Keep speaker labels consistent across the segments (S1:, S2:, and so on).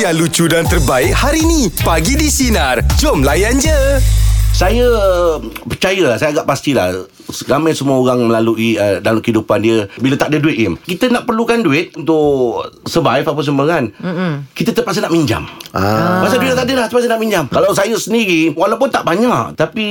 S1: yang lucu dan terbaik hari ni. Pagi di Sinar. Jom layan je.
S2: Saya eh, percayalah, saya agak pastilah ramai semua orang melalui uh, dalam kehidupan dia bila tak ada duit Im. Kita nak perlukan duit untuk survive apa semua kan. Mm-mm. Kita terpaksa nak minjam. Ah. Masa duit tak ada dah terpaksa nak minjam. Kalau saya sendiri walaupun tak banyak tapi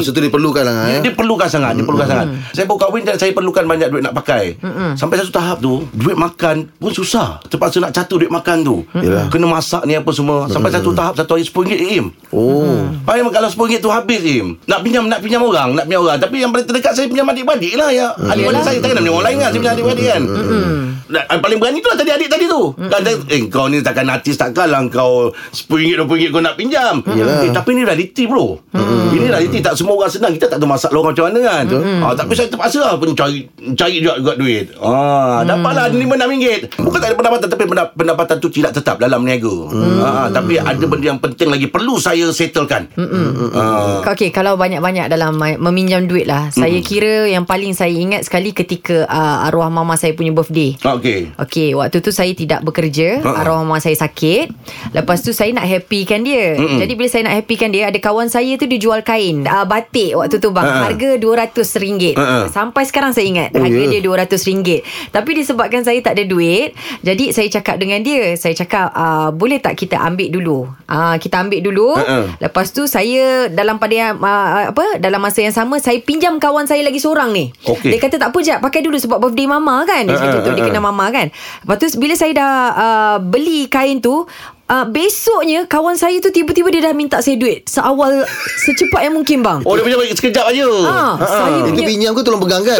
S3: Masa tu diperlukan lah
S2: dia,
S3: eh.
S2: dia perlukan sangat Dia perlukan sangat Saya baru kahwin Dan saya perlukan banyak duit nak pakai Sampai satu tahap tu Duit makan pun susah Terpaksa nak catur duit makan tu
S3: Yelah.
S2: Kena masak ni apa semua Sampai satu tahap Satu hari RM10 eh, Im
S3: Oh.
S2: Paling kalau RM10 tu habis Im Nak pinjam Nak pinjam orang Nak pinjam orang Tapi yang paling terdekat Saya pinjam adik-beradik lah ya. Adik-beradik saya Takkan nak pinjam orang lain kan Saya pinjam adik-beradik kan Nah, yang paling berani tu lah tadi adik tadi tu Kata Eh kau ni takkan artis takkan lah Kau RM10 RM20 kau nak pinjam eh, Tapi ni realiti bro
S4: Hmm.
S2: Ini realiti Tak semua orang senang Kita tak tahu masak orang macam mana kan ah, Tapi saya terpaksa lah pun Cari cari juga, juga duit ah,
S4: Hmm.
S2: Dapatlah RM5-6 Bukan tak ada pendapatan Tapi pendap- pendapatan tu Tidak tetap dalam niaga
S4: Hmm.
S2: ah, Tapi ada benda yang penting lagi Perlu saya settlekan
S4: Hmm,
S2: ah,
S4: Okey, kalau banyak-banyak dalam ma- meminjam duit lah. Saya kira yang paling saya ingat sekali ketika uh, arwah mama saya punya birthday.
S2: Okay
S4: Okey, waktu tu saya tidak
S2: Ha-ha.
S4: bekerja, uh-uh. arwah mama saya sakit. Lepas tu saya nak happykan dia. Mm-mm. Jadi bila saya nak happykan dia, ada kawan saya tu dia jual kain, uh, batik waktu tu bang.
S2: Ha-ha.
S4: Harga RM200.
S2: Ha-ha.
S4: Sampai sekarang saya ingat,
S3: Oh,
S4: harga
S3: ya.
S4: dia RM200. Tapi disebabkan saya tak ada duit, jadi saya cakap dengan dia, saya cakap uh, boleh tak kita ambil dulu? Uh, kita ambil dulu.
S2: Ha-ha.
S4: Lepas tu saya dalam pada yang, uh, apa dalam masa yang sama saya pinjam kawan saya lagi seorang ni.
S2: Okey.
S4: Dia kata tak apa jap, pakai dulu sebab birthday mama kan. Dia cakap
S2: Ha-ha,
S4: tu dia
S2: ha-ha.
S4: kena mama kan. Lepas tu bila saya dah uh, beli kain tu Uh, besoknya kawan saya tu tiba-tiba dia dah minta saya duit seawal secepat yang mungkin bang.
S2: Oh dia punya sekejap aja
S3: Ha,
S4: Ah, saya
S3: Itu
S4: punya ah,
S3: pinjam kau tolong pegang kan?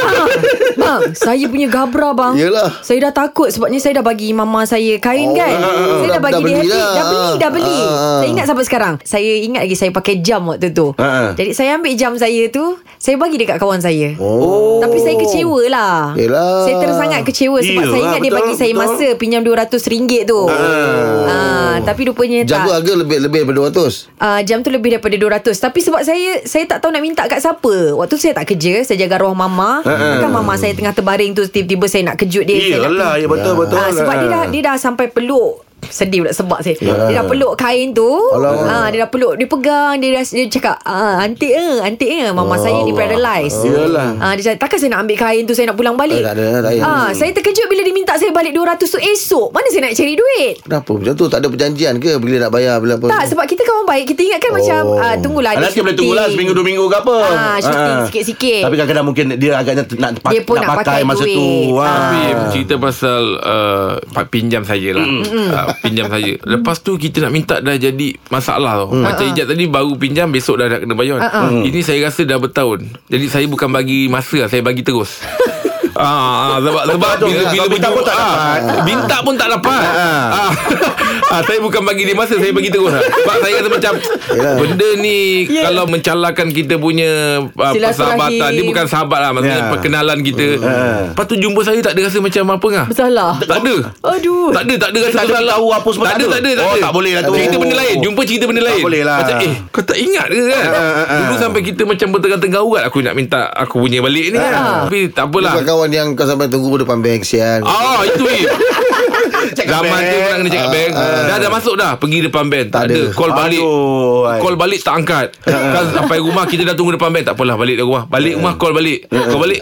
S4: bang, saya punya gabra bang.
S3: Yelah.
S4: Saya dah takut sebabnya saya dah bagi mama saya kain
S3: Oh,
S4: kan.
S3: ah, ah,
S4: saya
S3: dah-
S4: dah bagi
S3: dah
S4: dia
S3: beli dah.
S4: happy. Dah beli, dah beli.
S3: Ah, ah.
S4: Saya ingat sampai sekarang. Saya ingat lagi saya pakai jam waktu tu.
S3: Ha,
S2: Ah, ah.
S4: Jadi saya ambil jam saya tu, saya bagi dekat kawan saya.
S3: Oh.
S4: Tapi saya kecewa lah
S3: Yelah.
S4: Saya terus sangat kecewa Sebab
S2: Ya,
S4: saya
S2: ah,
S4: ingat dia
S2: betul,
S4: bagi saya
S2: betul.
S4: masa Pinjam RM200 tu ah, Tapi rupanya
S3: Jaga
S4: tak
S3: harga lebih lebih daripada 200.
S4: Uh, jam tu lebih daripada 200 Tapi sebab saya Saya tak tahu nak minta kat siapa Waktu tu saya tak kerja Saya jaga arwah mama Kan mama saya tengah terbaring tu Tiba-tiba saya nak kejut dia saya nak
S2: Yelah ya, Betul betul
S4: Ah, sebab dia dah
S3: eh.
S2: Ah.
S4: dia dah sampai peluk Sedih pula sebab saya
S3: Ya.
S4: Dia dah peluk kain tu
S3: Alamak.
S4: ah, Dia dah peluk Dia pegang Dia dah dia cakap ah, Antik eh Antik eh Mama
S3: Oh.
S4: saya ni paralyzed
S2: Yalah.
S4: ah, Dia cakap Takkan saya nak ambil kain tu Saya nak pulang
S3: Eh,
S4: balik
S3: Oh. tak ada, tak payah.
S4: ah, Saya terkejut bila dia minta saya balik 200 tu esok Mana saya nak cari duit
S3: Kenapa macam tu? Tak ada perjanjian ke bila nak bayar bila apa?
S4: tak sebab kita kawan baik Kita ingatkan oh. macam ah, Tunggulah dia
S2: Nanti boleh
S4: syuting.
S2: tunggulah Seminggu dua minggu ke apa
S4: Ah, syuting sikit-sikit.
S2: Tapi kadang-kadang mungkin Dia agaknya nak,
S4: Dia pun
S2: nak
S4: nak
S2: pakai
S4: pakai
S2: masa
S4: duit.
S2: tu
S4: Ah.
S5: Tapi Im, cerita pasal uh, pa- pinjam saya lah uh, Pinjam saya Lepas tu kita nak minta dah jadi masalah tau
S2: Mm.
S5: Macam Ijat tadi baru pinjam Besok dah nak kena bayar Ini saya rasa dah bertahun Jadi saya bukan bagi masa lah, Saya bagi terus Ah, ah, sebab sebab
S2: tu,
S5: bila
S2: ah,
S5: bila
S2: kau minta pun tak
S5: berjumpa-
S2: dapat.
S5: ah, minta pun tak dapat.
S2: Ah.
S5: Ah. Ah, saya bukan bagi dia masa, saya bagi terus. lah. Sebab saya rasa macam benda ni kalau mencalarkan kita punya ah,
S4: Silaturahim.
S5: persahabatan, dia bukan sahabat lah maksudnya
S2: Ya.
S5: perkenalan kita. Lepas tu jumpa saya tak ada rasa macam apa ngah.
S4: Bersalah
S5: Tak ada.
S4: Aduh
S5: Tak ada, tak ada rasa
S2: Tak ada
S5: bersalah.
S2: tahu apa semua
S5: tak
S2: tak
S5: ada.
S2: ada.
S5: Tak ada, tak
S2: Oh,
S5: ada.
S2: tak boleh lah tu.
S5: Cerita benda lain. Jumpa cerita benda
S2: Tak
S5: lain.
S2: boleh lah.
S5: Macam eh, kau tak ingat ke kan?
S2: ah,
S5: Dulu sampai kita macam bertengkar-tengkar urat aku nak minta aku punya balik ni
S2: Eh.
S5: kan. Tapi tak apalah.
S3: Sebab kawan yang kau sampai tunggu depan bank sian.
S5: Ah, itu ni. Zaman
S2: bank.
S5: tu orang kena
S2: Eh,
S5: cakap bank. Dah dah masuk dah pergi depan bank. Tak
S3: ada.
S5: ada call balik.
S2: Aduh, ai.
S5: Call balik tak angkat. Kan sampai rumah kita dah tunggu depan bank. Tak apalah balik dari rumah. Balik rumah call balik. Call balik.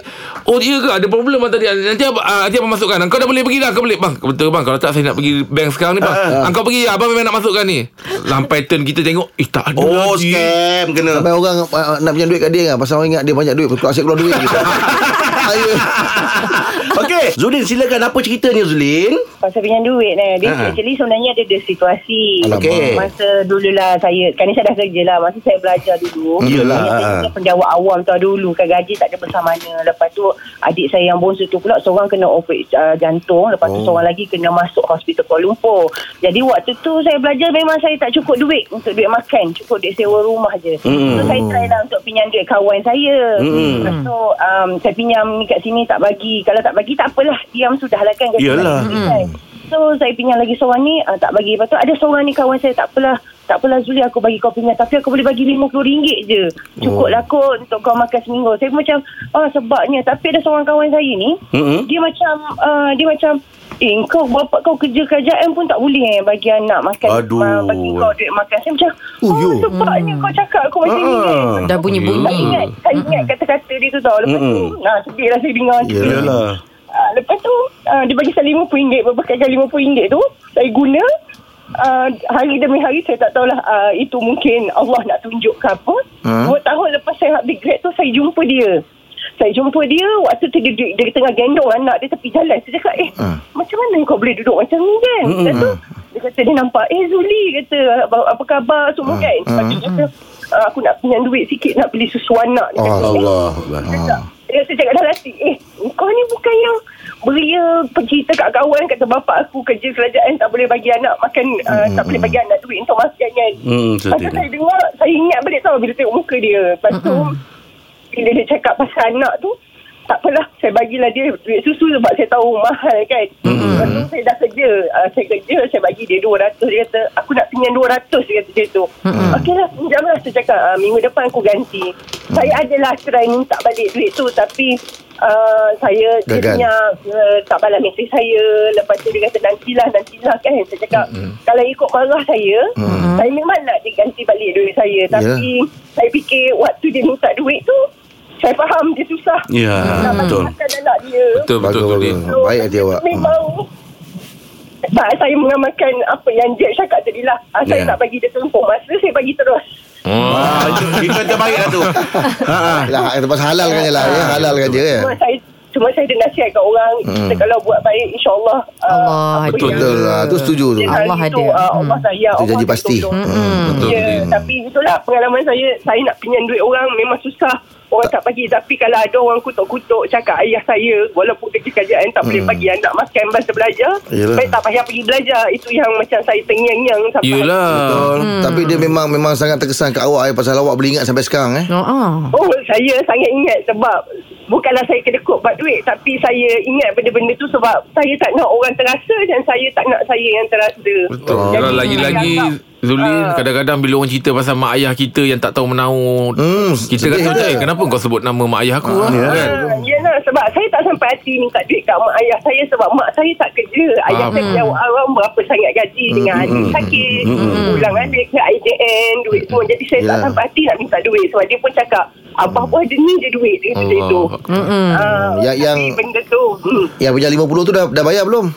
S5: Oh iya ke ada problem lah tadi Nanti abang, ah, nanti abang masukkan Kau dah boleh pergi dah Kau boleh Bang betul bang Kalau tak saya nak pergi bank sekarang ni bang ah, Kau pergi Abang memang nak masukkan ni Sampai turn kita tengok Eh tak ada
S2: Oh
S5: lagi
S2: scam Kena
S3: Sampai orang uh, nak pinjam duit kat dia kan Pasal orang ingat dia banyak duit Keluar asyik keluar duit gitu. Saya
S2: Okey Zulin silakan Apa ceritanya Zulin
S6: Pasal pinjam duit ni Dia
S2: Ha.
S6: actually sebenarnya ada dua situasi
S3: Alamak.
S2: Okey.
S6: Masa dululah saya Kan ni saya dah kerja lah Masa saya belajar dulu
S2: Yelah. ah,
S6: saya kerja penjawat awam tu dulu Kan gaji tak ada besar mana Lepas tu Adik saya yang bonsu tu pula Seorang kena operate uh, jantung Lepas
S2: Oh.
S6: tu seorang lagi Kena masuk hospital Kuala Lumpur Jadi waktu tu Saya belajar memang saya tak cukup duit Untuk duit makan Cukup duit sewa rumah je
S2: Hmm.
S6: So saya try lah Untuk pinjam duit kawan saya
S2: Mm-mm.
S6: Lepas tu um, Saya pinjam kat sini Tak bagi Kalau tak bagi tak apalah Diam sudah lah kan Gaji tak
S2: Yelah. Hmm.
S6: ada, kan? So saya pinjam lagi seorang ni uh, Tak bagi Lepas tu ada seorang ni kawan saya Tak apalah Tak apalah Zuli aku bagi kau pinjam Tapi aku boleh bagi RM50 je
S2: Oh.
S6: Cukup lah kot Untuk kau makan seminggu Saya pun macam Ah sebabnya Tapi ada seorang kawan saya ni
S2: Mm-mm.
S6: Dia macam uh, Dia macam Eh kau bapak kau kerja kerajaan pun tak boleh eh Bagi anak makan
S2: Aduh.
S6: ma- Bagi kau duit makan Saya macam
S3: Oh,
S6: Oh,
S3: yo.
S6: oh sebabnya kau cakap kau macam ni kan
S2: Ah.
S4: Dah
S6: Saya
S4: bunyi-bunyi.
S6: ingat Saya ingat kata-kata dia tu tau Lepas tu Nah sedih lah saya dengar macam tu.
S2: Yalah.
S6: Ah, lepas tu ah, dia bagi saya RM50 berbekal RM50 tu saya guna ah, hari demi hari saya tak tahulah ah, itu mungkin Allah nak tunjuk ke apa
S3: Hmm.
S6: dua tahun lepas saya habis grad tu saya jumpa dia saya jumpa dia waktu tu dia, dia, dia tengah gendong anak dia tepi jalan saya cakap eh
S3: Hmm.
S6: macam mana kau boleh duduk macam ni kan lepas tu dia kata dia nampak eh Zuli kata apa, apa khabar semua kan lepas tu dia kata "Ah, aku nak pinjam duit sikit nak beli susu anak dia kata, "Eh,
S2: Allah.
S6: cakap. Dia rasa cakap dalam hati Eh kau ni bukan yang Beria Bercerita kat kawan Kata bapak aku kerja kerajaan Tak boleh bagi anak makan uh, Tak boleh bagi anak duit Untuk makan kan
S2: Hmm,
S6: Lepas tu
S2: sedih.
S6: saya dengar Saya ingat balik tau Bila tengok muka dia Lepas tu Bila dia cakap pasal anak tu tak apalah saya bagilah dia duit susu sebab saya tahu mahal kan mm-hmm. lepas tu saya dah kerja uh, saya kerja saya bagi dia RM200 dia kata aku nak pinjam RM200 dia kata dia tu mm-hmm. okey lah pinjam lah saya cakap uh, minggu depan aku ganti saya adalah try minta balik duit tu tapi uh, saya dia
S3: Gagal.
S6: punya uh, tak balas mesej saya lepas tu dia kata nantilah nantilah kan saya cakap mm-hmm. kalau ikut marah saya mm-hmm. saya memang nak dia ganti balik duit saya tapi saya fikir waktu dia minta duit tu saya faham dia susah
S2: Ya,
S6: nak
S2: betul.
S6: makan anak dia.
S5: Betul betul
S3: Bagus,
S5: tu
S3: bagus.
S5: Din.
S6: So,
S3: Baik Hmm. hati awak.
S6: Memang tak, saya mengamalkan apa yang Jack cakap tadi lah. Ah, Saya
S2: Ya.
S6: tak bagi dia tempoh masa, saya bagi terus.
S2: Ah, itu, itu yang terbaik lah tu. Ha ah.
S3: Lah, tempat halal kan je lah. Ya, Hmm. halal kan je kan.
S6: Cuma saya cuma saya ada nasihat kat orang, kita kalau buat baik, insyaAllah. ah,
S4: Allah,
S6: apa
S5: betul.
S6: yang
S3: Betul lah. Tu setuju tu.
S6: dia
S4: Allah
S6: cari
S4: ada.
S6: tu, ah, Allah
S4: Hmm.
S6: saya.
S3: Itu janji pasti. Hmm.
S5: Betul
S6: Ya,
S5: Din.
S6: tapi itulah pengalaman saya. Saya nak pinjam duit orang memang susah. Orang tak bagi Tapi kalau ada orang kutuk-kutuk Cakap ayah saya Walaupun kerja kerjaan Tak
S5: Hmm.
S6: boleh bagi anak makan Masa belajar
S3: Yelah.
S6: Baik tak payah pergi belajar Itu yang macam saya tengyang-yang sampai
S5: Yelah.
S3: Betul. Tapi dia memang memang sangat terkesan kat awak eh pasal awak boleh ingat sampai sekarang eh.
S4: Oh, ah.
S6: Oh saya sangat ingat Sebab Bukanlah saya kedekut buat duit Tapi saya ingat benda-benda tu Sebab saya tak nak orang terasa Dan saya tak nak saya yang terasa
S5: Betul.
S6: Jadi,
S5: Kalau
S6: saya
S5: lagi-lagi
S6: anggap,
S5: Zuli
S6: Ah.
S5: kadang-kadang bila orang cerita pasal mak ayah kita yang tak tahu menahu
S3: Hmm,
S5: kita
S3: sedih
S5: kata
S3: dia.
S5: eh kenapa kau sebut nama mak ayah aku ah,
S3: ya.
S5: kan
S6: Ah, Yelah sebab saya tak sampai hati minta duit kat mak ayah saya sebab mak saya tak kerja.
S5: Ah,
S6: Ayah saya jauh orang berapa sangat gaji dengan adik sakit. Pulang balik ke IJN duit semua. Jadi saya tak
S3: Yelah.
S6: sampai hati nak minta duit sebab dia pun cakap abah pun ada ni je duit dia kata itu.
S5: Allah
S6: Ah,
S3: Ya, yang-
S6: tapi benda tu hmm.
S3: Yang pinjam 50 tu dah dah bayar belum?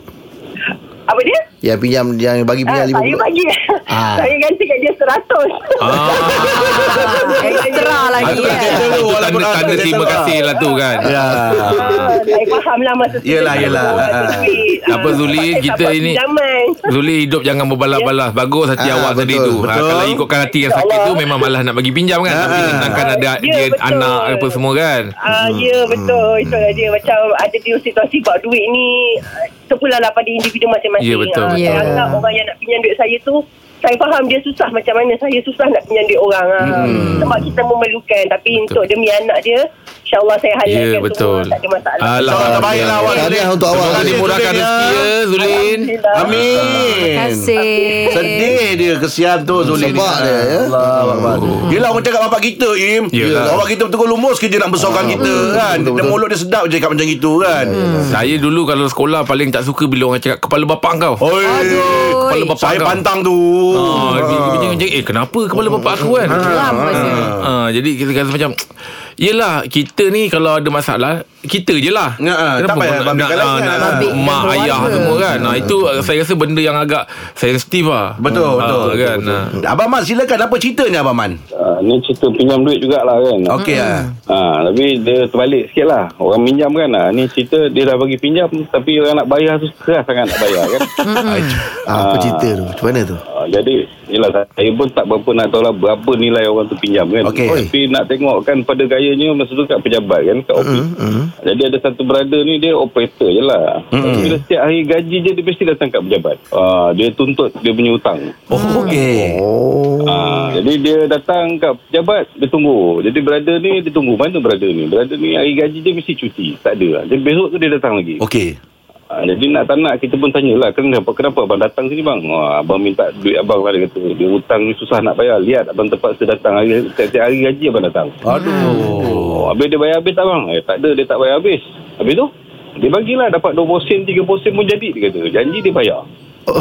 S6: apa dia?
S3: Yang Ya, pinjam yang bagi
S6: Ah,
S3: pinjam
S6: saya
S3: 50.
S6: bagi
S3: Ah.
S6: Saya ganti kat dia seratus
S5: Ah.
S4: Ah, Extra lagi
S5: Itu
S4: ya.
S5: tanda, itu tanda, tanda terima kasih lah tu kan
S2: Ya.
S6: Saya faham lah masa tu
S2: Yelah, yelah. Ah.
S5: Apa, Zuli, kita ini-
S6: Zaman.
S5: Zuli hidup jangan berbalas-balas Bagus hati
S3: Ah,
S5: awak tadi
S3: betul, Ah,
S5: tu ha,
S2: betul.
S5: Kalau ikutkan hati yang sakit tu Memang malas nak bagi pinjam kan Tapi kan ada
S6: Ya,
S5: dia
S6: betul.
S5: anak apa semua kan
S6: Ah, ya betul itulah dia macam ada dia situasi buat duit ni ah, terpularlah pada individu masing-masing.
S5: Ya, betul,
S6: Ah,
S5: betul.
S6: Saya anggap orang yang nak pinjam duit saya tu saya faham dia susah macam mana saya susah nak pinjam duit orang ah.
S5: Hmm.
S6: Sebab kita memerlukan tapi betul. untuk demi anak dia insyaAllah saya halalkan
S5: Ya
S6: semua
S5: betul
S6: tak ada masalah.
S2: Alhamdulillah.
S5: Alhamdulillah
S2: Terbaiklah awak.
S3: Tahniah untuk awak.
S5: Semoga dimurahkan
S2: Zuli, ya.
S5: rezeki ya Zulin
S6: Alhamdulillah.
S2: Amin.
S4: Terima kasih.
S2: Sedih dia kesian tu Zuli
S3: Sebab dia, ya. Oh.
S2: Allah Akbar. Yelah macam kat bapak kita Im
S5: Yelah.
S2: Bapak kita betul lumus kerja nak besarkan kita kan
S3: Ah. betul,
S2: Dia
S3: betul. Ya,
S2: mulut dia sedap je kat macam gitu kan
S5: Saya dulu kalau sekolah Paling tak suka bila orang cakap Kepala bapak kau
S2: Oi
S5: Kepala bapak
S2: Saya
S5: kau
S2: pantang tu
S5: Ah, dia- dia macam, Eh kenapa kepala
S2: Oh.
S5: bapak aku kan
S2: ah,
S4: Faham pasal.
S5: Ah, jadi kita rasa macam Yelah Kita ni kalau ada masalah Kita je lah
S2: Ya, ah, tak
S5: Kenapa
S2: payah
S5: kau nak,
S2: babitkan
S5: nak,
S2: lain
S5: nak,
S2: lah.
S5: nak
S4: Babitkan
S5: Mak
S4: keluarga.
S5: ayah semua kan nah, Itu saya rasa benda yang agak Sensitif lah
S2: Hmm. Betul
S5: Ah,
S2: betul,
S5: kan?
S2: betul,
S5: Ah.
S2: betul. Abang Man silakan apa ceritanya Abang Man
S7: Ah, ni cerita pinjam duit jugalah kan.
S2: Okey ah.
S7: Ha, tapi dia terbalik sikit lah. Orang pinjam kan. Ha, ni cerita dia dah bagi pinjam tapi orang nak bayar tu keras sangat nak bayar kan.
S3: Ah, apa cerita tu? Macam mana tu?
S7: ha, jadi, yelah saya pun tak berapa nak tahu lah berapa nilai orang tu pinjam kan.
S2: Okey.
S7: Tapi nak tengok kan pada gayanya masa tu kat pejabat kan, kat OP. Jadi ada satu brother ni dia operator je lah. Tapi Bila setiap hari gaji je dia mesti datang kat pejabat. Ha, dia tuntut dia punya hutang.
S2: Oh okey
S3: Oh.
S7: Ah, jadi dia datang kat pejabat Dia tunggu Jadi brother ni Dia tunggu Mana brother ni Brother ni hari gaji dia mesti cuti Tak ada lah. Jadi besok tu dia datang lagi
S2: Okey
S7: ah, Jadi nak tak nak Kita pun tanyalah Kenapa kenapa abang datang sini bang ah, Abang minta duit abang Dia kata Dia hutang ni susah nak bayar Lihat abang terpaksa datang hari, Setiap hari gaji abang datang
S2: Aduh
S7: Oh, habis dia bayar habis tak bang? Eh, tak ada, dia tak bayar habis. Habis tu? Dia bagilah dapat 20 sen 30 sen pun jadi dia kata. Janji dia bayar.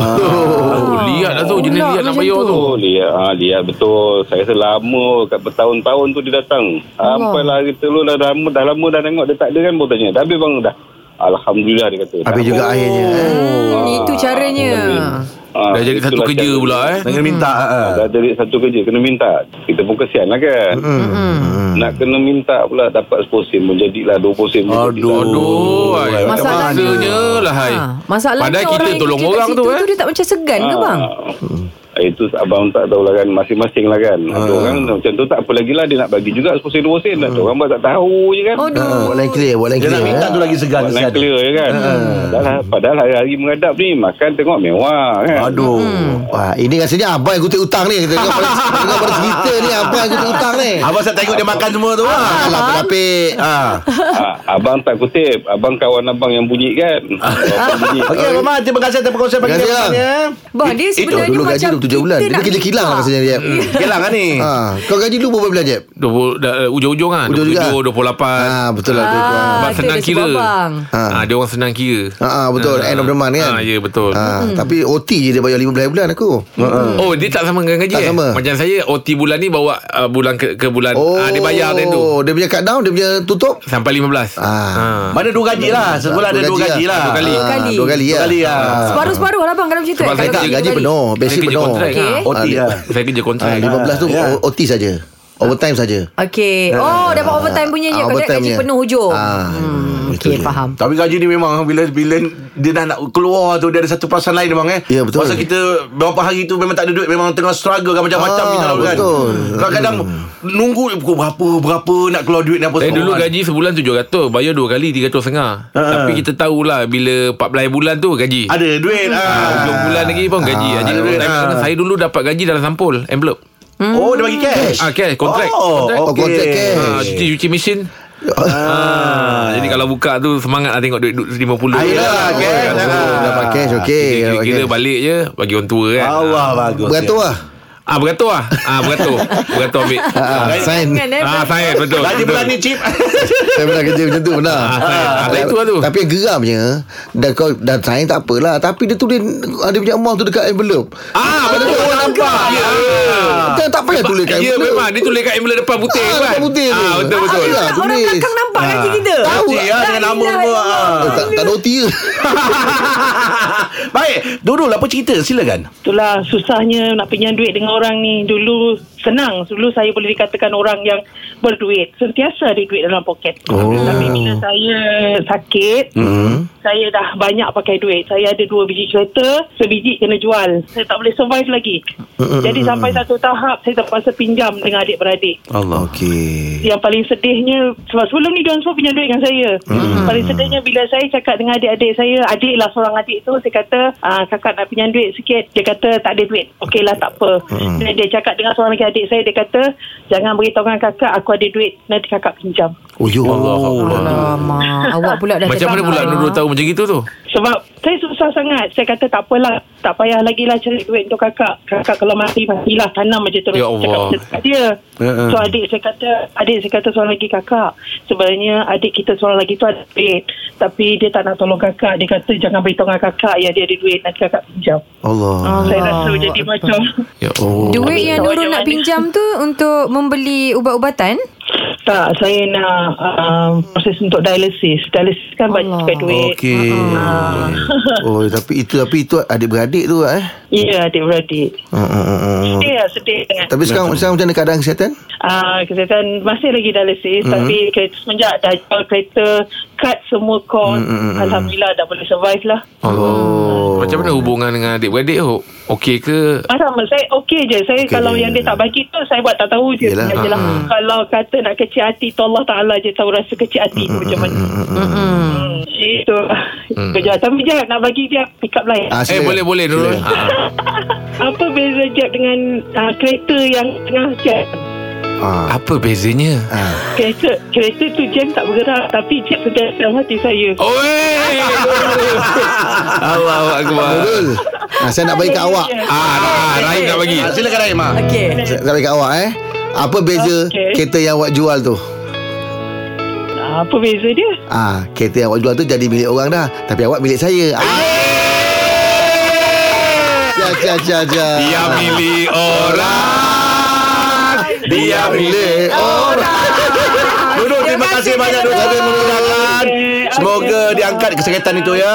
S5: Oh, lihat lah tu Jenis
S4: Pula
S5: lihat nak
S4: macam
S5: bayar
S4: tu.
S5: tu
S7: Oh, dia ha, dia betul. Saya rasa lama kat bertahun-tahun tu dia datang. Ah, Sampailah kita lu lah, dah lama dah lama dah tengok dia tak ada kan baru tanya. Dah habis bang dah. Alhamdulillah dia kata.
S3: Habis juga akhirnya eh.
S4: Hmm, itu caranya.
S7: Ah,
S5: Dah jadi satu
S7: itulah
S5: kerja
S7: cara.
S5: pula eh
S2: Dengan minta ha, ha.
S7: Dah jadi satu kerja Kena minta Kita pun kesian lah kan mm. Nak kena minta pula Dapat 10 sen pun jadilah 20 sen pun jadilah.
S2: Oh,
S5: Aduh ay,
S4: macam Masalahnya-
S5: Masalahnya lah hai.
S4: Ha, masalahnya
S5: Padahal kita
S4: yang
S5: tolong
S4: kerja kat
S5: orang
S4: situ
S5: tu eh
S4: tu dia tak macam segan ke bang?
S7: Ah, Itu abang tak tahu lah kan Masing-masing lah kan
S5: Ah.
S7: Ada orang macam tu tak apa lagi lah Dia nak bagi juga 10 sen 20 sen Ada
S5: Mm.
S7: orang buat tak tahu je kan
S3: Ah,
S4: Aduh.
S3: Buat lain clear Buat lain
S2: Dia nak
S3: clear
S2: minta tu lagi segan
S7: Buat line
S2: kesian.
S7: clear je kan Padahal, padahal hari-hari mengadap ni Makan tengok mewah kan
S2: Aduh
S3: Hmm. Wah, ini rasanya abang yang kutip utang ni Kita tengok pada, tengok pada cerita ni Abang yang kutip utang ni
S2: Abang saya tengok dia makan semua tu ha.
S3: Ah, lapik-lapik ah.
S7: Ah, Abang tak kutip Abang kawan abang yang bunyi kan Abang bunyi
S2: Okey, Abang Mat, terima kasih atas perkongsian pagi
S3: Terima kasih,
S2: ni. ya.
S4: Bang, dia sebenarnya
S3: eh, Dulu gaji
S4: macam
S3: 27 bulan
S4: kita
S3: Dia
S4: nak
S3: kerja kilang lah
S4: minta.
S3: rasanya Jeb
S2: Kelang kan ni.
S3: Ah, Kau gaji lu berapa bulan Jeb?
S5: 20 dah, uh, ujung-ujung kan
S3: Ujung juga.
S5: 27 28
S3: Ah, betul lah tu.
S4: Ah,
S5: Sebab
S4: tu
S5: senang
S4: dia
S5: kira
S4: sebab abang.
S5: Ah, Dia orang senang kira
S3: Ah, ah, betul. End of the month kan?
S5: ah, Ya betul
S3: Ah, tapi OT je dia bayar 15 bulan aku.
S5: Oh dia tak sama dengan gaji
S3: Tak
S5: eh?
S3: sama.
S5: Macam saya OT bulan ni bawa uh, bulan ke, ke bulan oh. Dia bayar time tu
S3: Ah. Dia punya cut down, dia punya tutup.
S5: Sampai 15
S3: Ah.
S5: ah.
S2: Mana dua gaji lah. Sebulan ada dua gaji lah.
S5: Dua kali.
S3: Ah,
S4: Dua kali.
S3: Dua kali
S2: Dua
S3: ya.
S2: kali lah.
S4: Separuh-separuh lah bang kalau macam tu.
S5: Sebab
S4: eh,
S5: saya
S4: kalau
S5: tak
S4: kerja
S3: gaji
S4: kali.
S3: penuh. oh, Basic
S5: Saya kerja
S3: penuh.
S5: kontrak
S4: Okey.
S5: ah.
S2: OT lah.
S5: Saya kerja kontrak
S3: Ah, 15 tu
S2: Ya.
S3: O- OT saja. Overtime saja.
S4: Okey. Oh, dapat overtime punya
S3: Ah,
S4: je. Kau cakap
S3: overtime
S4: gaji
S3: punya.
S4: penuh hujung.
S3: Ah,
S4: Hmm,
S3: itu
S4: Okey,
S3: dia.
S4: faham.
S2: Tapi gaji ni memang bila bila dia dah nak keluar tu dia ada satu perasaan lain bang eh.
S3: Ya, betul.
S2: Masa kita beberapa hari tu memang tak ada duit memang tengah struggle kan macam-macam
S3: Ah,
S2: kita tahu kan.
S3: betul. Hmm.
S2: Kadang-kadang nunggu eh, pukul berapa berapa nak keluar duit ni apa
S5: Saya
S2: semua
S5: dulu
S2: kan.
S5: gaji sebulan 700 Bayar dua kali 300 setengah
S3: Ah,
S5: Tapi kita tahulah Bila 14 bulan tu gaji
S2: ada duit
S5: Ah,
S2: ah.
S5: Hujung bulan lagi pun gaji Jadi
S2: ada duit,
S5: time
S2: ah.
S5: tu, Saya dulu dapat gaji dalam sampul Envelope
S3: Hmm.
S2: Oh dia bagi cash.
S5: Ah, cash, kontrak.
S2: Oh,
S5: Kontrak.
S3: Oh, kontrak cash.
S5: ah, Cuci cuci mesin ah. Jadi kalau buka tu Semangat nak tengok duit duit 50
S2: Ah, yelah,
S5: Ah,
S2: cash.
S5: kan.
S2: Ah.
S3: Dapat cash, lah. okey.
S5: Kira-
S3: Dapat
S5: Kira
S3: cash.
S5: balik je Bagi orang tua kan
S2: Allah bagus. ya.
S3: Beratur lah.
S5: Ah beratur lah Ah beratur Beratur ambil
S3: Ah,
S5: Ah,
S3: sign.
S4: Kan eh?
S5: Ah saya betul
S2: Gaji
S5: betul.
S2: bulan ni cheap.
S3: Saya pernah kerja macam tu pernah.
S5: Ah, ada itu lah tu.
S3: Tapi yang geramnya Dan kau Dan sign tak apalah Tapi dia tulis Ada punya amount tu Dekat envelope
S5: Ah betul orang nampak Ya
S3: Tak, tak payah Ah, tulis kat
S5: Ya
S3: envelope
S5: memang Dia tulis kat emblem depan putih
S3: Ah,
S5: tu kan
S3: depan putih tu.
S5: Ah betul betul
S3: Ah,
S4: Orang
S3: tulis.
S4: belakang nampak gaji kita.
S3: Tahu
S2: Cheap
S3: lah
S2: ah dengan nama semua. ah.
S3: Eh, tak, tak ada OT ke
S2: Baik, Nurul apa cerita? Silakan.
S8: Itulah susahnya nak pinjam duit dengan orang ni. Dulu senang. Dulu saya boleh dikatakan orang yang berduit. Sentiasa ada duit dalam poket. Oh. Tapi bila saya sakit, mm. saya dah banyak pakai duit. Saya ada dua biji kereta, sebiji kena jual. Saya tak boleh survive lagi. Jadi sampai satu tahap, saya terpaksa pinjam dengan adik-beradik.
S3: Allah Okey
S8: Yang paling sedihnya, sebab sebelum ni diorang semua pinjam duit dengan saya. Paling sedihnya bila saya cakap dengan adik-adik saya, adik lah seorang adik tu, saya kata, ah, kakak nak pinjam duit sikit. Dia kata, tak ada duit. Okey lah, tak apa. Dan dia cakap dengan seorang lagi adik saya, dia kata, jangan beritahu dengan kakak, aku ada duit. Nanti kakak pinjam.
S3: Oh yo
S4: Alamak, awak pula dah lah.
S5: Macam mana
S4: tercakap.
S5: pula Nurul tahu macam gitu tu
S8: Sebab saya susah sangat. Saya kata, tak apalah, tak payah lagi lah cari duit untuk kakak. Kakak kalau mati, matilah. Tanam aja terus.
S5: Ya Allah. Ya,
S8: Cakap macam tu kat dia. So adik saya kata Adik saya kata seorang lagi kakak Sebenarnya adik kita seorang lagi tu ada duit Tapi dia tak nak tolong kakak Dia kata jangan beritahu dengan kakak Yang dia ada duit Nanti kakak pinjam
S3: Allah
S8: oh, Saya rasa
S4: Allah
S8: jadi
S4: Akbar.
S8: macam
S5: Ya
S3: Oh.
S5: Allah
S4: Duit yang
S8: Jawapan
S4: Nurul nak
S8: dia.
S4: pinjam tu untuk membeli ubat-ubatan?
S8: Tak saya nak uh, Proses untuk dialisis Dialisis kan banyak
S4: Allah.
S8: pakai duit
S3: Okey Oh tapi itu Tapi itu adik-beradik tu eh
S8: Ya adik-beradik
S3: Ah, ah, ah, ah.
S8: Sedih lah sedih sangat
S3: Tapi sekarang Sekarang macam mana keadaan kesihatan
S8: uh, kesihatan masih lagi dialisis mm-hmm. tapi kereta, semenjak dah jual kereta cut semua kos mm-hmm. alhamdulillah dah boleh survive lah
S3: Oh
S5: Macam mana hubungan dengan adik-beradik tu Okey ke
S8: Sama saya okey je saya okay. kalau yang dia tak bagi tu saya buat tak tahu je
S3: Yelah.
S8: Yelah. Yelah.
S5: Mm-mm.
S8: kalau kata nak kecil hati tu Allah Ta'ala je tahu rasa kecil hati tu macam mana mm-hmm. itu mm. je tapi Jeb nak bagi dia pick up line
S3: Ah,
S5: Eh
S3: silakan.
S5: boleh boleh Nurul
S3: Silakan.
S5: Ah,
S8: apa beza Jeb dengan uh, kereta yang tengah Jeb
S3: Ah.
S5: Apa bezanya
S3: Ah.
S8: kereta kereta tu Jeb tak bergerak tapi Jeb sedang dalam hati saya
S3: Ah.
S5: Oh eh Allah Akbar
S3: Betul. Ah, saya nak bagi kat awak.
S5: Ah, ah Rahim nak bagi
S2: Ah, silakan Rahim. ah.
S4: Okey.
S3: Saya nak bagi kat awak eh. Apa beza
S8: Okey.
S3: kereta yang awak jual tu?
S8: Ah, apa beza dia?
S3: Ah, kereta yang awak jual tu jadi milik orang dah. Tapi awak milik saya. Ah. Ja, ja, ja, ja.
S5: Dia milik orang Dia milik
S3: Milik orang.
S2: Dulu Ah. terima kasih banyak Dulu Saya menggunakan Semoga diangkat kesekitan itu ya Ah,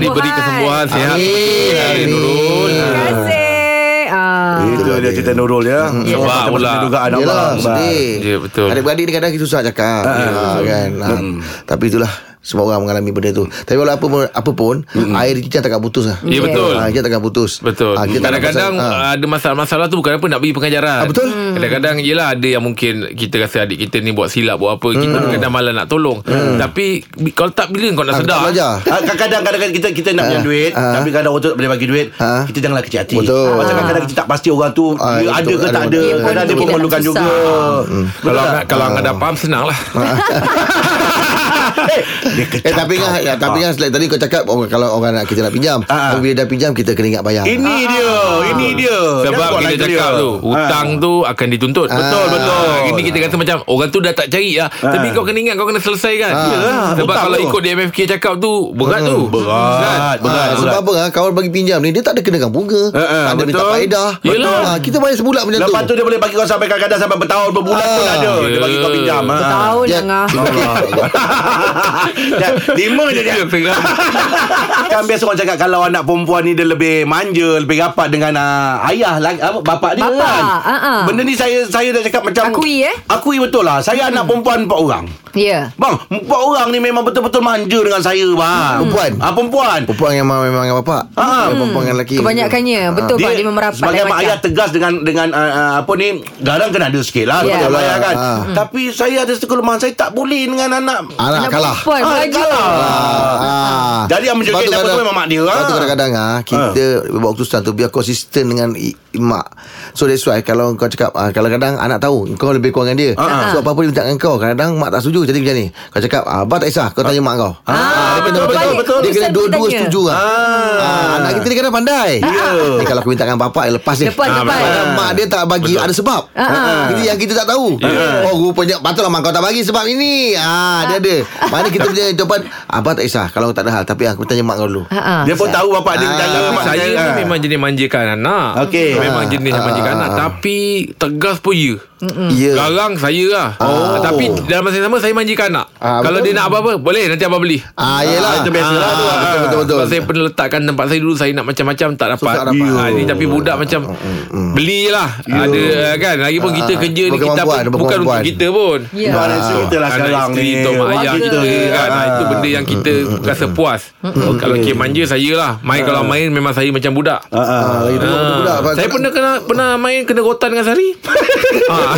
S2: Kesembuhan
S5: diberi kesembuhan Sihat
S3: Amin.
S5: Hari Nurul
S4: Terima kasih. Ah.
S2: Itu dia cerita Nurul ya
S5: Sebab
S2: Kita
S5: pula.
S2: mesti dugaan Allah
S3: Yalah, sedih.
S5: Ya, betul. Hmm.
S3: Adik-beradik ni kadang kita susah cakap. Ah, kan. Ah, Tapi itulah semua orang mengalami benda tu. Tapi kalau apa pun, apa pun air kita takkan putus lah.
S5: Hmm. Ya, betul.
S3: Ah, kita takkan putus.
S5: Betul
S3: Ah, kita tak nak
S5: Kadang-kadang
S3: pasal- ah.
S5: ah. Ada masalah-masalah tu Bukan apa nak bagi pengajaran
S3: Ah, betul.
S5: Kadang-kadang Yelah ada yang mungkin Kita rasa adik kita ni Buat silap Buat apa Kita kadang malah nak tolong Tapi bi- Kalau tak bila kau nak
S3: Hmm. Ah,
S5: sedar
S3: tak belajar.
S2: Ah, Kadang-kadang kadang-kadang kita kita nak punya duit
S3: ah.
S2: tapi kadang orang tu tak boleh bagi duit
S3: Ah.
S2: kita janganlah kecil hati. Ah,
S3: Betul.
S2: Pasal kadang-kadang kita tak pasti orang tu
S3: Ah,
S2: dia ada
S3: betul.
S2: ke
S3: Hmm.
S2: tak
S3: Ada,
S2: ada.
S3: betul.
S2: Kadang dia
S4: Betul.
S2: memerlukan
S4: Susah.
S2: juga.
S5: Kalau nak, kalau
S3: Ah.
S5: anda faham Senang lah
S2: Eh, dia kecil.
S3: Eh tapi kan ya, tapi kan selain tadi kau cakap orang kalau orang nak kita nak pinjam,
S2: Ah.
S3: tapi bila dah pinjam kita kena ingat bayar.
S2: Ini
S4: Ah.
S2: dia, ini dia.
S5: Sebab
S2: Jangan buat
S5: kita
S2: lagi
S5: cakap
S2: dia. Ah.
S5: tu
S3: Ah.
S5: Hutang tu akan dituntut
S2: Betul, betul.
S5: Ini kita kata macam Orang tu dah tak cari lah
S3: Ah.
S5: Tapi kau kena ingat Kau kena selesaikan
S2: Yalah,
S5: Sebab
S2: hutang
S5: kalau
S2: tu.
S5: ikut DMFK cakap tu Berat tu Kan?
S2: Berat, berat,
S3: Ah,
S2: berat.
S3: sebab apa ah, kawan bagi pinjam ni dia tak ada kenakan bunga,
S2: Eh, eh,
S3: tak ada minta
S2: betul.
S3: faedah.
S5: Yelah.
S3: Ah, kita bayar sebulan macam tu.
S2: Lepas tu dia boleh bagi kau sampai kadang-kadang sampai bertahun berbulan pun
S3: Ah.
S2: ada. Dia
S5: Ya.
S2: bagi kau pinjam. ah.
S4: Tahun
S3: Ya.
S4: lah
S2: Dah, Lima je dia. Kan biasa orang cakap Kalau anak perempuan ni Dia lebih manja Lebih rapat dengan uh, Ayah lah apa, Bapak dia
S4: Bapak,
S2: kan
S4: ah, ah.
S2: Benda ni saya Saya dah cakap macam
S4: Akui, eh? Hmm.
S2: Akui betul lah Saya anak perempuan Empat orang
S4: Ya
S2: Bang Empat orang ni memang betul-betul manja Dengan saya
S4: Hmm.
S2: bang
S3: Perempuan?
S2: ah, Perempuan
S3: Perempuan yang memang memang dengan bapak.
S2: Ah.
S3: Yang Perempuan dengan lelaki.
S4: Kebanyakannya Betul pak Dia memerapat
S2: sebagai
S4: dan
S2: mak
S4: macam.
S2: ayah tegas dengan dengan uh, uh, apa ni garang kena ada sikit lah
S4: Ya.
S2: yeah.
S3: Betul lah,
S2: lah, kan.
S3: ah.
S2: Tapi saya ada satu kelemahan saya tak boleh dengan anak
S3: Anak
S4: Anak
S3: kalah.
S4: perempuan
S2: Ah,
S4: Maju
S2: kalah.
S3: Ah.
S2: Jadi yang menjoget apa tu memang mak dia
S3: Sebab
S2: lah.
S3: tu kadang-kadang ah, Kita buat keputusan tu Biar konsisten dengan i, mak So that's why Kalau kau cakap ah, Kalau kadang anak tahu Kau lebih kurang dengan dia
S2: Ah,
S3: So apa-apa dia minta dengan kau Kadang-kadang mak tak setuju Jadi macam ni Kau cakap ah, Abah tak kisah Kau tanya mak kau ah,
S2: Ah,
S3: dia kena-
S2: betul, betul, betul.
S3: Dia kena
S4: Keputusan
S3: dua-dua
S4: pun tanya.
S3: setuju ah. Ah, Anak kita ni kadang pandai yeah. Kalau aku minta dengan bapak eh, Lepas ni
S4: Lepas,
S3: Ah,
S4: lepas.
S3: Kadang mak dia tak bagi Ada sebab
S4: Ah.
S3: Jadi yang kita tak tahu Oh rupanya Patutlah mak kau tak bagi Sebab ini ah, Dia ada Mana kita punya jawapan Abah tak kisah Kalau tak ada hal Tapi aku tanya mak kau dulu
S4: Ah, ah.
S2: dia pun tahu bapak dia menjaga
S5: Tapi
S2: mak
S5: saya
S2: dia.
S5: tu
S2: Ah.
S5: memang jenis manjakan anak
S2: Okey.
S5: Memang jenis
S3: lah. Ah.
S5: manjakan anak Tapi tegas pun ya
S4: ah.
S3: Ya
S5: Garang saya lah
S3: Oh.
S5: Tapi dalam masa yang sama Saya manjakan anak
S3: Ah,
S5: Kalau
S3: betul.
S5: dia nak apa-apa Boleh nanti abang beli
S3: Ah, yelah.
S2: itu biasalah lah tu.
S3: Ah, Betul, betul, betul.
S5: Sebab saya pernah letakkan tempat saya dulu Saya nak macam-macam Tak dapat,
S3: Susah dapat.
S5: Ha, ini, Tapi budak macam Beli je lah Ada kan Lagipun kita
S3: Ya. Ah,
S5: kerja ni Kita
S3: berkemampuan,
S5: pun, bukan untuk
S3: berkemampuan.
S5: kita pun
S4: Ya.
S2: Tuan dan isteri kita lah
S5: Anak
S2: sekarang
S5: isteri,
S2: ni.
S5: Tok mak ayah
S4: Keluarga.
S5: kita kan
S2: Ah.
S5: ah, Itu benda yang kita Rasa puas Oh, Kalau okay, manja saya lah Main kalau main Memang saya macam budak
S2: Ah, ah.
S3: Ah, lagi dua budak.
S5: Ah, saya pernah kena pernah main kena gotan dengan Sari. Ah.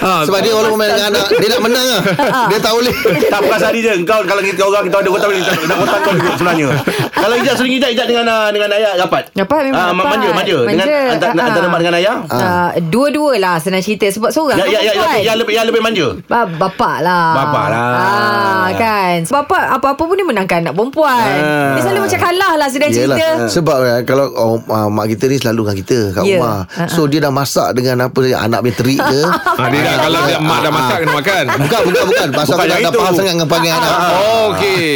S5: Ah,
S3: sebab dia orang pemain dengan anak Dia nak menang lah
S4: Ah,
S3: Dia tak boleh
S2: Tak puas hari je Kau kalau kita orang Kita ada kotak boleh letak- Nak kotak kau duduk sebelahnya Kalau Ijat sering Ijat Ijat dengan ah, dengan ayah rapat
S4: Dapat memang
S2: Ah,
S4: dapat.
S2: Manja manja Dengan
S4: Manja,
S2: antara,
S4: ah, ah.
S2: antara mak dengan ayah
S4: Ah, Dua-dua lah Senang cerita Sebab seorang kan
S2: Ya, ya, ya, ya,
S4: perempuan.
S2: yang lebih yang lebih manja.
S4: Ba- Bapak lah
S2: Bapak lah.
S4: ah, Kan Sebab bapak Apa-apa pun dia menangkan Anak perempuan
S2: Ah.
S4: Dia selalu macam kalah lah Sedang cerita
S3: Yelah Sebab eh, Kalau oh, ah, Mak kita ni selalu dengan kita Kat
S4: Ya.
S3: rumah So dia dah masak Dengan apa saja Anak punya terik ke
S5: Ah, dia dah, kalau dia, mak dah
S3: ah.
S5: masak kena makan.
S3: Bukan bukan bukan Pasal
S2: Bukan
S3: aku dah,
S2: yang
S3: dah
S2: itu.
S3: faham sangat Dengan panggil anak
S5: Oh, okey.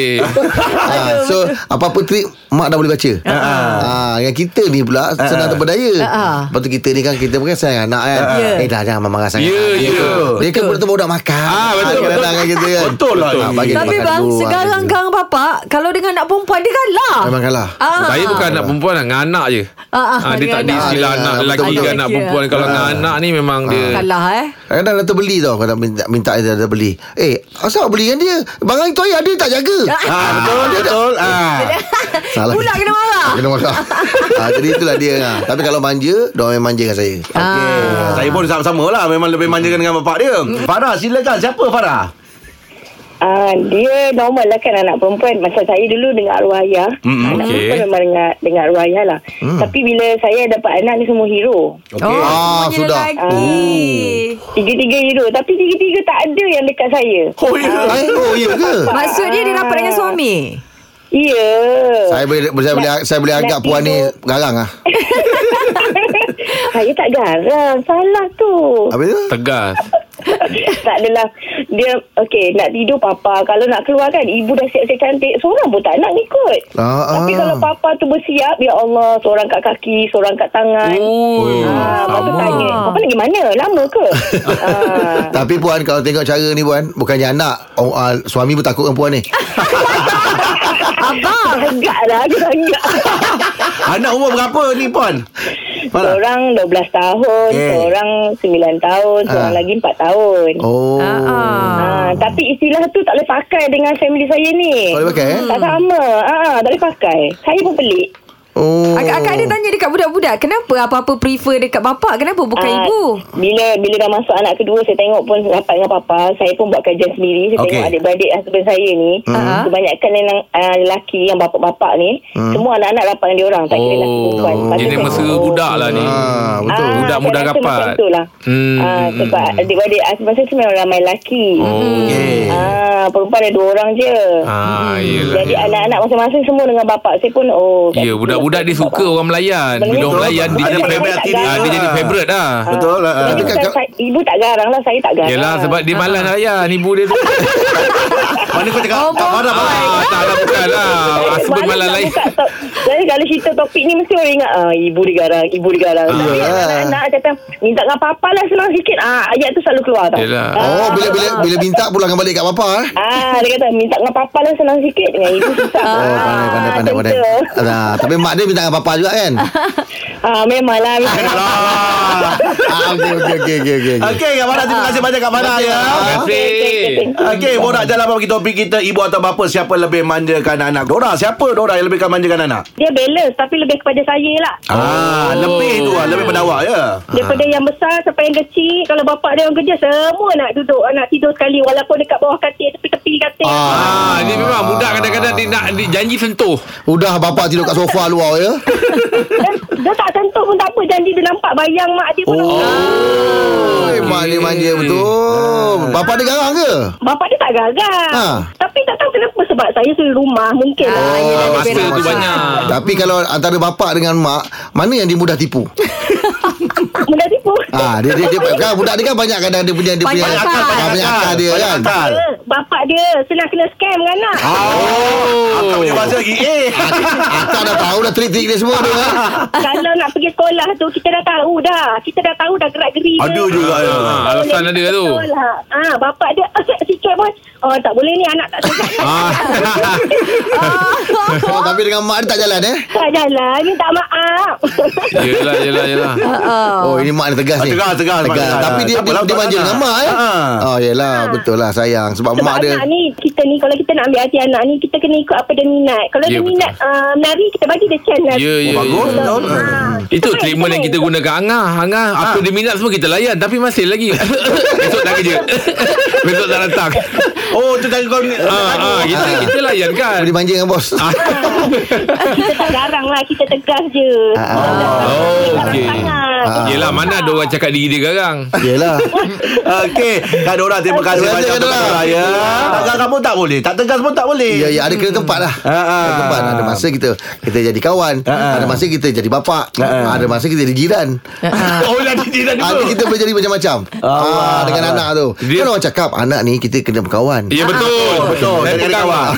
S3: Ah, so apa-apa trik mak dah boleh baca. Ha. yang kita ni pula senang terpedaya.
S4: Ah.
S3: Lepas tu kita ni kan kita pun kan sayang anak kan.
S4: Ya.
S3: Eh dah jangan marah sangat.
S5: Ya, ya.
S3: Dia kan bertemu dah makan.
S5: Ah, betul,
S3: Ah, kadang-kadang kan kita kan.
S2: Betul lah.
S3: Ah, bagi dia
S4: Tapi
S3: makan
S4: bang
S3: dulu, ah,
S4: Sekarang
S3: gitu.
S4: kang bapak Kalau dengan anak perempuan Dia kalah
S3: memang kalah.
S4: ah.
S5: Saya bukan anak perempuan lah, dengan anak je.
S4: Ah, ah,
S5: Ah, dia
S4: dengan
S5: tak ada
S4: anak.
S5: istilah
S3: Ah,
S5: anak lelaki
S4: betul.
S5: dengan anak
S4: Lelaki,
S5: perempuan.
S4: ah.
S5: Kalau dengan anak ni memang dia
S4: Kalah eh
S3: Kadang-kadang dah terbeli tau Kadang minta, minta dia dah terbeli Eh asal awak beli kan dia Barang itu ayah dia tak jaga
S2: Ah, betul, betul. Ah.
S3: Salah
S4: Pula kena marah.
S3: Kena marah ah, Jadi itulah dia ah. Tapi kalau manja Dia orang manja dengan saya
S2: Okey.
S4: Ah.
S2: Saya pun sama-sama lah Memang lebih manja dengan bapak dia
S4: Hmm.
S2: Farah silakan Siapa Farah?
S6: Ah, dia normal lah kan anak perempuan Macam saya dulu dengan arwah ayah
S2: Mm,
S6: Anak
S5: Hmm, okey. Hmm.
S6: perempuan memang dengan, dengan arwah ayah lah Tapi bila saya dapat anak ni semua hero
S4: Oh,
S3: Ah,
S4: semuanya
S3: sudah.
S4: lelaki.
S6: Tiga-tiga hero Tapi tiga-tiga tak ada yang dekat saya
S2: Oh, ya.
S4: Ah.
S3: Eh, oh ya ke
S4: Maksud dia dia rapat dengan suami.
S6: Ya
S3: Saya boleh saya boleh saya boleh agak puan ni garang ah.
S6: Saya tak garang Salah tu
S3: Apa tu?
S5: tegas.
S6: tak adalah dia okey nak tidur papa kalau nak keluar kan ibu dah siap-siap cantik seorang pun tak nak ikut
S3: Ah,
S6: tapi
S3: ah.
S6: kalau papa tu bersiap ya Allah seorang kat kaki seorang kat tangan
S3: Oh,
S5: Oi,
S6: Ah, lepas tu
S5: sama.
S6: tanya Papa lagi mana? Lama ke? ah.
S3: Tapi puan kalau tengok cara ni puan Bukannya anak oh, uh, Suami pun takut dengan puan ni
S6: Abang Agak lah Agak agak
S2: Anak umur berapa ni Puan? Farah?
S6: Seorang 12 tahun
S2: Eh.
S6: Seorang 9 tahun Seorang
S3: Ah.
S6: lagi 4 tahun
S3: Oh
S6: Ah, tapi istilah tu tak boleh pakai dengan family saya ni.
S3: Tak boleh pakai, eh?
S6: Tak sama. Ah, tak boleh pakai. Saya pun pelik.
S3: Oh
S4: Akak-akak ada tanya dekat budak-budak Kenapa apa-apa prefer dekat bapak Kenapa bukan
S6: Ah,
S4: ibu
S6: Bila bila dah masuk anak kedua saya tengok pun rapat dengan papa, saya pun buat kajian sendiri. Saya
S2: Okey.
S6: okay. tengok adik-beradik husband saya ni,
S4: Ah.
S6: kebanyakan yang uh, lelaki yang bapak-bapak ni,
S3: Hmm.
S6: semua anak-anak rapat dengan dia orang, tak kira lelaki perempuan.
S5: Oh,
S6: Pasal
S5: jadi
S6: saya
S5: masa
S6: tengok,
S5: budak lah ni.
S3: Ah, betul.
S6: Ah,
S5: Budak
S6: saya
S5: mudah
S6: rasa
S5: rapat.
S6: Macam tu lah.
S5: Hmm.
S6: Ah, sebab adik-beradik husband saya semua orang ramai lelaki.
S2: Okey.
S6: Ah, perempuan ada dua orang je.
S5: Ah, yelah.
S6: Hmm. Jadi
S5: yelah.
S6: anak-anak masing-masing semua dengan bapak saya pun oh. kat
S5: Ya,
S6: situ
S5: budak-budak dia suka orang Melayan. Bila orang Melayan dia
S6: Ada
S5: jadi
S6: favourite
S5: favorite.
S6: hati
S5: Ah,
S6: dia.
S5: dia jadi favorite lah.
S2: Betul lah.
S6: Jadi
S3: Tapi
S6: bukan
S3: kakak-
S6: saya- ibu tak garang lah Saya tak garang
S5: Yelah sebab ah, dia malas nak layan ibu dia tu.
S2: Mana kau cakap?
S4: Oh,
S2: tak marah Farah.
S5: ah, tak lah bukan lah. Husband
S6: Malas
S5: malas
S6: nak
S5: layan.
S6: buka top- Jadi kalau cerita topik ni Mesti orang ingat ah, Ibu dia garang Ibu dia garang Tapi
S3: Yelah.
S6: anak-anak kata Minta dengan papa lah Senang sikit ah, Ayat tu selalu keluar tau
S5: Yelah.
S3: Oh bila bila bila minta pulangkan balik kat papa eh
S6: Ah, dia kata minta dengan papa lah senang sikit Dengan ibu susah
S4: Ah,
S3: Oh pandai pandai pandai pandai. Nah, tapi mak dia minta dengan papa juga kan?
S6: ah, Memang lah
S3: ah, okey okey okey okey okey. Okay.
S2: Okey, Kak Farah. Terima kasih banyak Kak Farah ya.
S5: Terima kasih.
S2: Okey, borak jalan bagi topik kita ibu atau bapa siapa lebih manjakan anak? Dora, siapa Dora yang lebih manjakan anak?
S6: Dia balance Tapi lebih kepada saya lah
S2: Ah, lebih tu lah, lebih pada awak ya.
S6: Daripada
S3: Ah.
S6: yang besar sampai yang kecil Kalau bapak dia orang kerja Semua nak duduk Nak tidur sekali Walaupun dekat bawah katil Tepi-tepi katil
S5: Ah, dia memang budak kadang-kadang dia nak dia janji sentuh.
S3: Udah bapa tidur kat sofa luar ya.
S6: Dan dia tak sentuh pun tak apa Janji dia nampak bayang mak dia pun oh.
S3: Oh, mak dia manja betul. Bapa dia garang ke?
S6: Bapak dia tak gagal
S3: Ha.
S6: Tapi tak tahu kenapa Sebab saya suri rumah Mungkin
S3: Oh.
S6: lah
S4: Ah, yelah,
S5: Ah,
S4: dia
S5: masa
S4: berak.
S5: tu banyak.
S2: Ah.
S3: Tapi kalau antara bapa dengan mak, mana yang dia mudah tipu?
S6: Benda tipu
S3: Ah, dia dia, dia kan budak dia kan banyak kadang dia punya dia punya
S4: Banyak akal,
S3: Ah,
S4: banyak
S3: banyak akal dia
S2: Banyak
S3: kan.
S2: akal.
S6: Bapak dia Senang kena scam dengan anak
S3: Ah.
S2: Oh, akal punya bahasa lagi. Eh.
S3: Akal dah Ah, tahu dah trik-trik dia semua tu kan.
S6: Kalau nak pergi sekolah tu Kita dah tahu dah Kita dah tahu dah gerak geri
S2: Ada juga ya.
S5: Ah, alasan ada tu.
S6: Ah, bapak dia asyik sikit pun. Oh, tak boleh ni anak tak sedap.
S5: Ah.
S3: Oh, tapi dengan mak dia tak jalan eh.
S6: tak jalan, minta maaf.
S5: Yelah, yelah, yelah.
S4: Ah.
S3: Oh ini mak ni tegas ni
S2: Ah, Tegas, tegas, mak
S3: tegas.
S2: tegas.
S3: Tapi dia
S2: Tak
S3: dia,
S2: apa,
S3: dia
S2: tak
S3: manja
S2: nak.
S3: dengan mak eh
S2: Ha.
S3: Oh yelah betul lah sayang Sebab,
S6: Sebab
S3: mak dia
S6: anak ni kita ni kalau kita nak ambil hati anak ni kita kena ikut apa dia minat. Kalau
S5: Ya,
S6: dia
S5: betul.
S6: minat uh, menari kita bagi dia chance lah. Ah,
S5: Ya, ya, ya.
S2: Bagus. betul.
S5: Itu
S6: Betul,
S5: treatment yang
S6: betul.
S5: kita gunakan Angah Angah Apa dia minat semua kita layan Tapi masih lagi Besok tak kerja Besok tak datang
S2: Oh, tu tadi kau ni.
S5: ah, ah, kita, kita layan kan
S3: Dia manja dengan bos
S2: Ah.
S6: Kita tak garang lah Kita tegas je
S5: Ah, Oh
S6: Garang
S5: okey
S2: Ah,
S6: sangat
S5: Yelah mana ada orang cakap diri dia garang
S3: Yelah
S2: Okey, Kak Dora terima kasih
S3: Terima
S2: banyak
S3: kasih, Kak
S2: untuk Kak
S3: Dora. Ah.
S2: Dora ya. Tak garang pun tak boleh, tak tegas pun tak boleh.
S3: Ya ya ada kena tempat lah
S2: Ha, ha.
S3: Ada tempat Ada masa kita Kita jadi kawan
S2: Ha, ha.
S3: Ada masa kita jadi bapak
S2: Ha, ha.
S3: Ada masa kita jadi jiran
S2: Oh, dah tidak
S3: Ada
S2: dulu.
S3: kita boleh jadi macam-macam ah, Dengan anak tu
S5: Dia-
S3: Kan orang cakap Anak ni kita kena berkawan
S5: Ya betul
S2: Betul,
S5: Saya
S2: dari
S5: pegang
S2: kawan.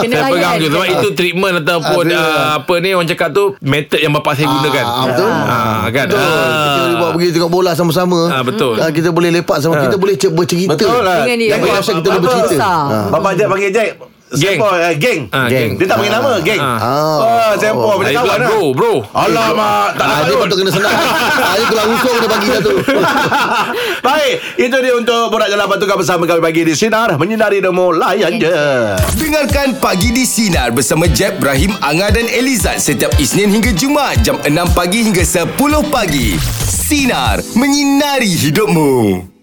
S4: Kena
S5: Saya
S4: layan.
S5: pegang je Sebab itu treatment Ataupun
S3: Ah. Ada.
S5: ah, Apa ni orang cakap tu Method yang bapak saya gunakan
S3: Ah, betul.
S5: Ah, Kan
S3: Betul Kita boleh buat pergi tengok bola sama-sama
S5: Ah, betul.
S3: Ah, Kita boleh lepak sama Kita boleh cer- bercerita
S2: Betul lah.
S4: Dengan dia.
S3: Yang kau rasa kita boleh
S2: Apa?
S3: bercerita
S4: Besar.
S3: Ah.
S2: Bapak Jack panggil Jack.
S5: Geng.
S2: Sempor, eh, geng.
S5: Ah, geng.
S2: Dia tak panggil nama, geng.
S5: Ah.
S3: Ah.
S2: Oh, sempor, boleh
S5: Saya
S2: kawan
S3: kan?
S5: bilang
S2: lah.
S5: bro Bro
S2: Alamak, tak
S3: Ah,
S2: dapat
S3: dia
S2: kot.
S3: patut kena senang. ah, dia tulang rusuk kena bagi satu.
S2: Baik, itu dia untuk Borak Jalan Patukan bersama kami pagi di Sinar. Menyinari demo layan je.
S1: Dengarkan Pagi di Sinar bersama Jeb, Ibrahim, Anga dan Elizad setiap Isnin hingga Jumaat jam 6 pagi hingga 10 pagi. Sinar, menyinari hidupmu.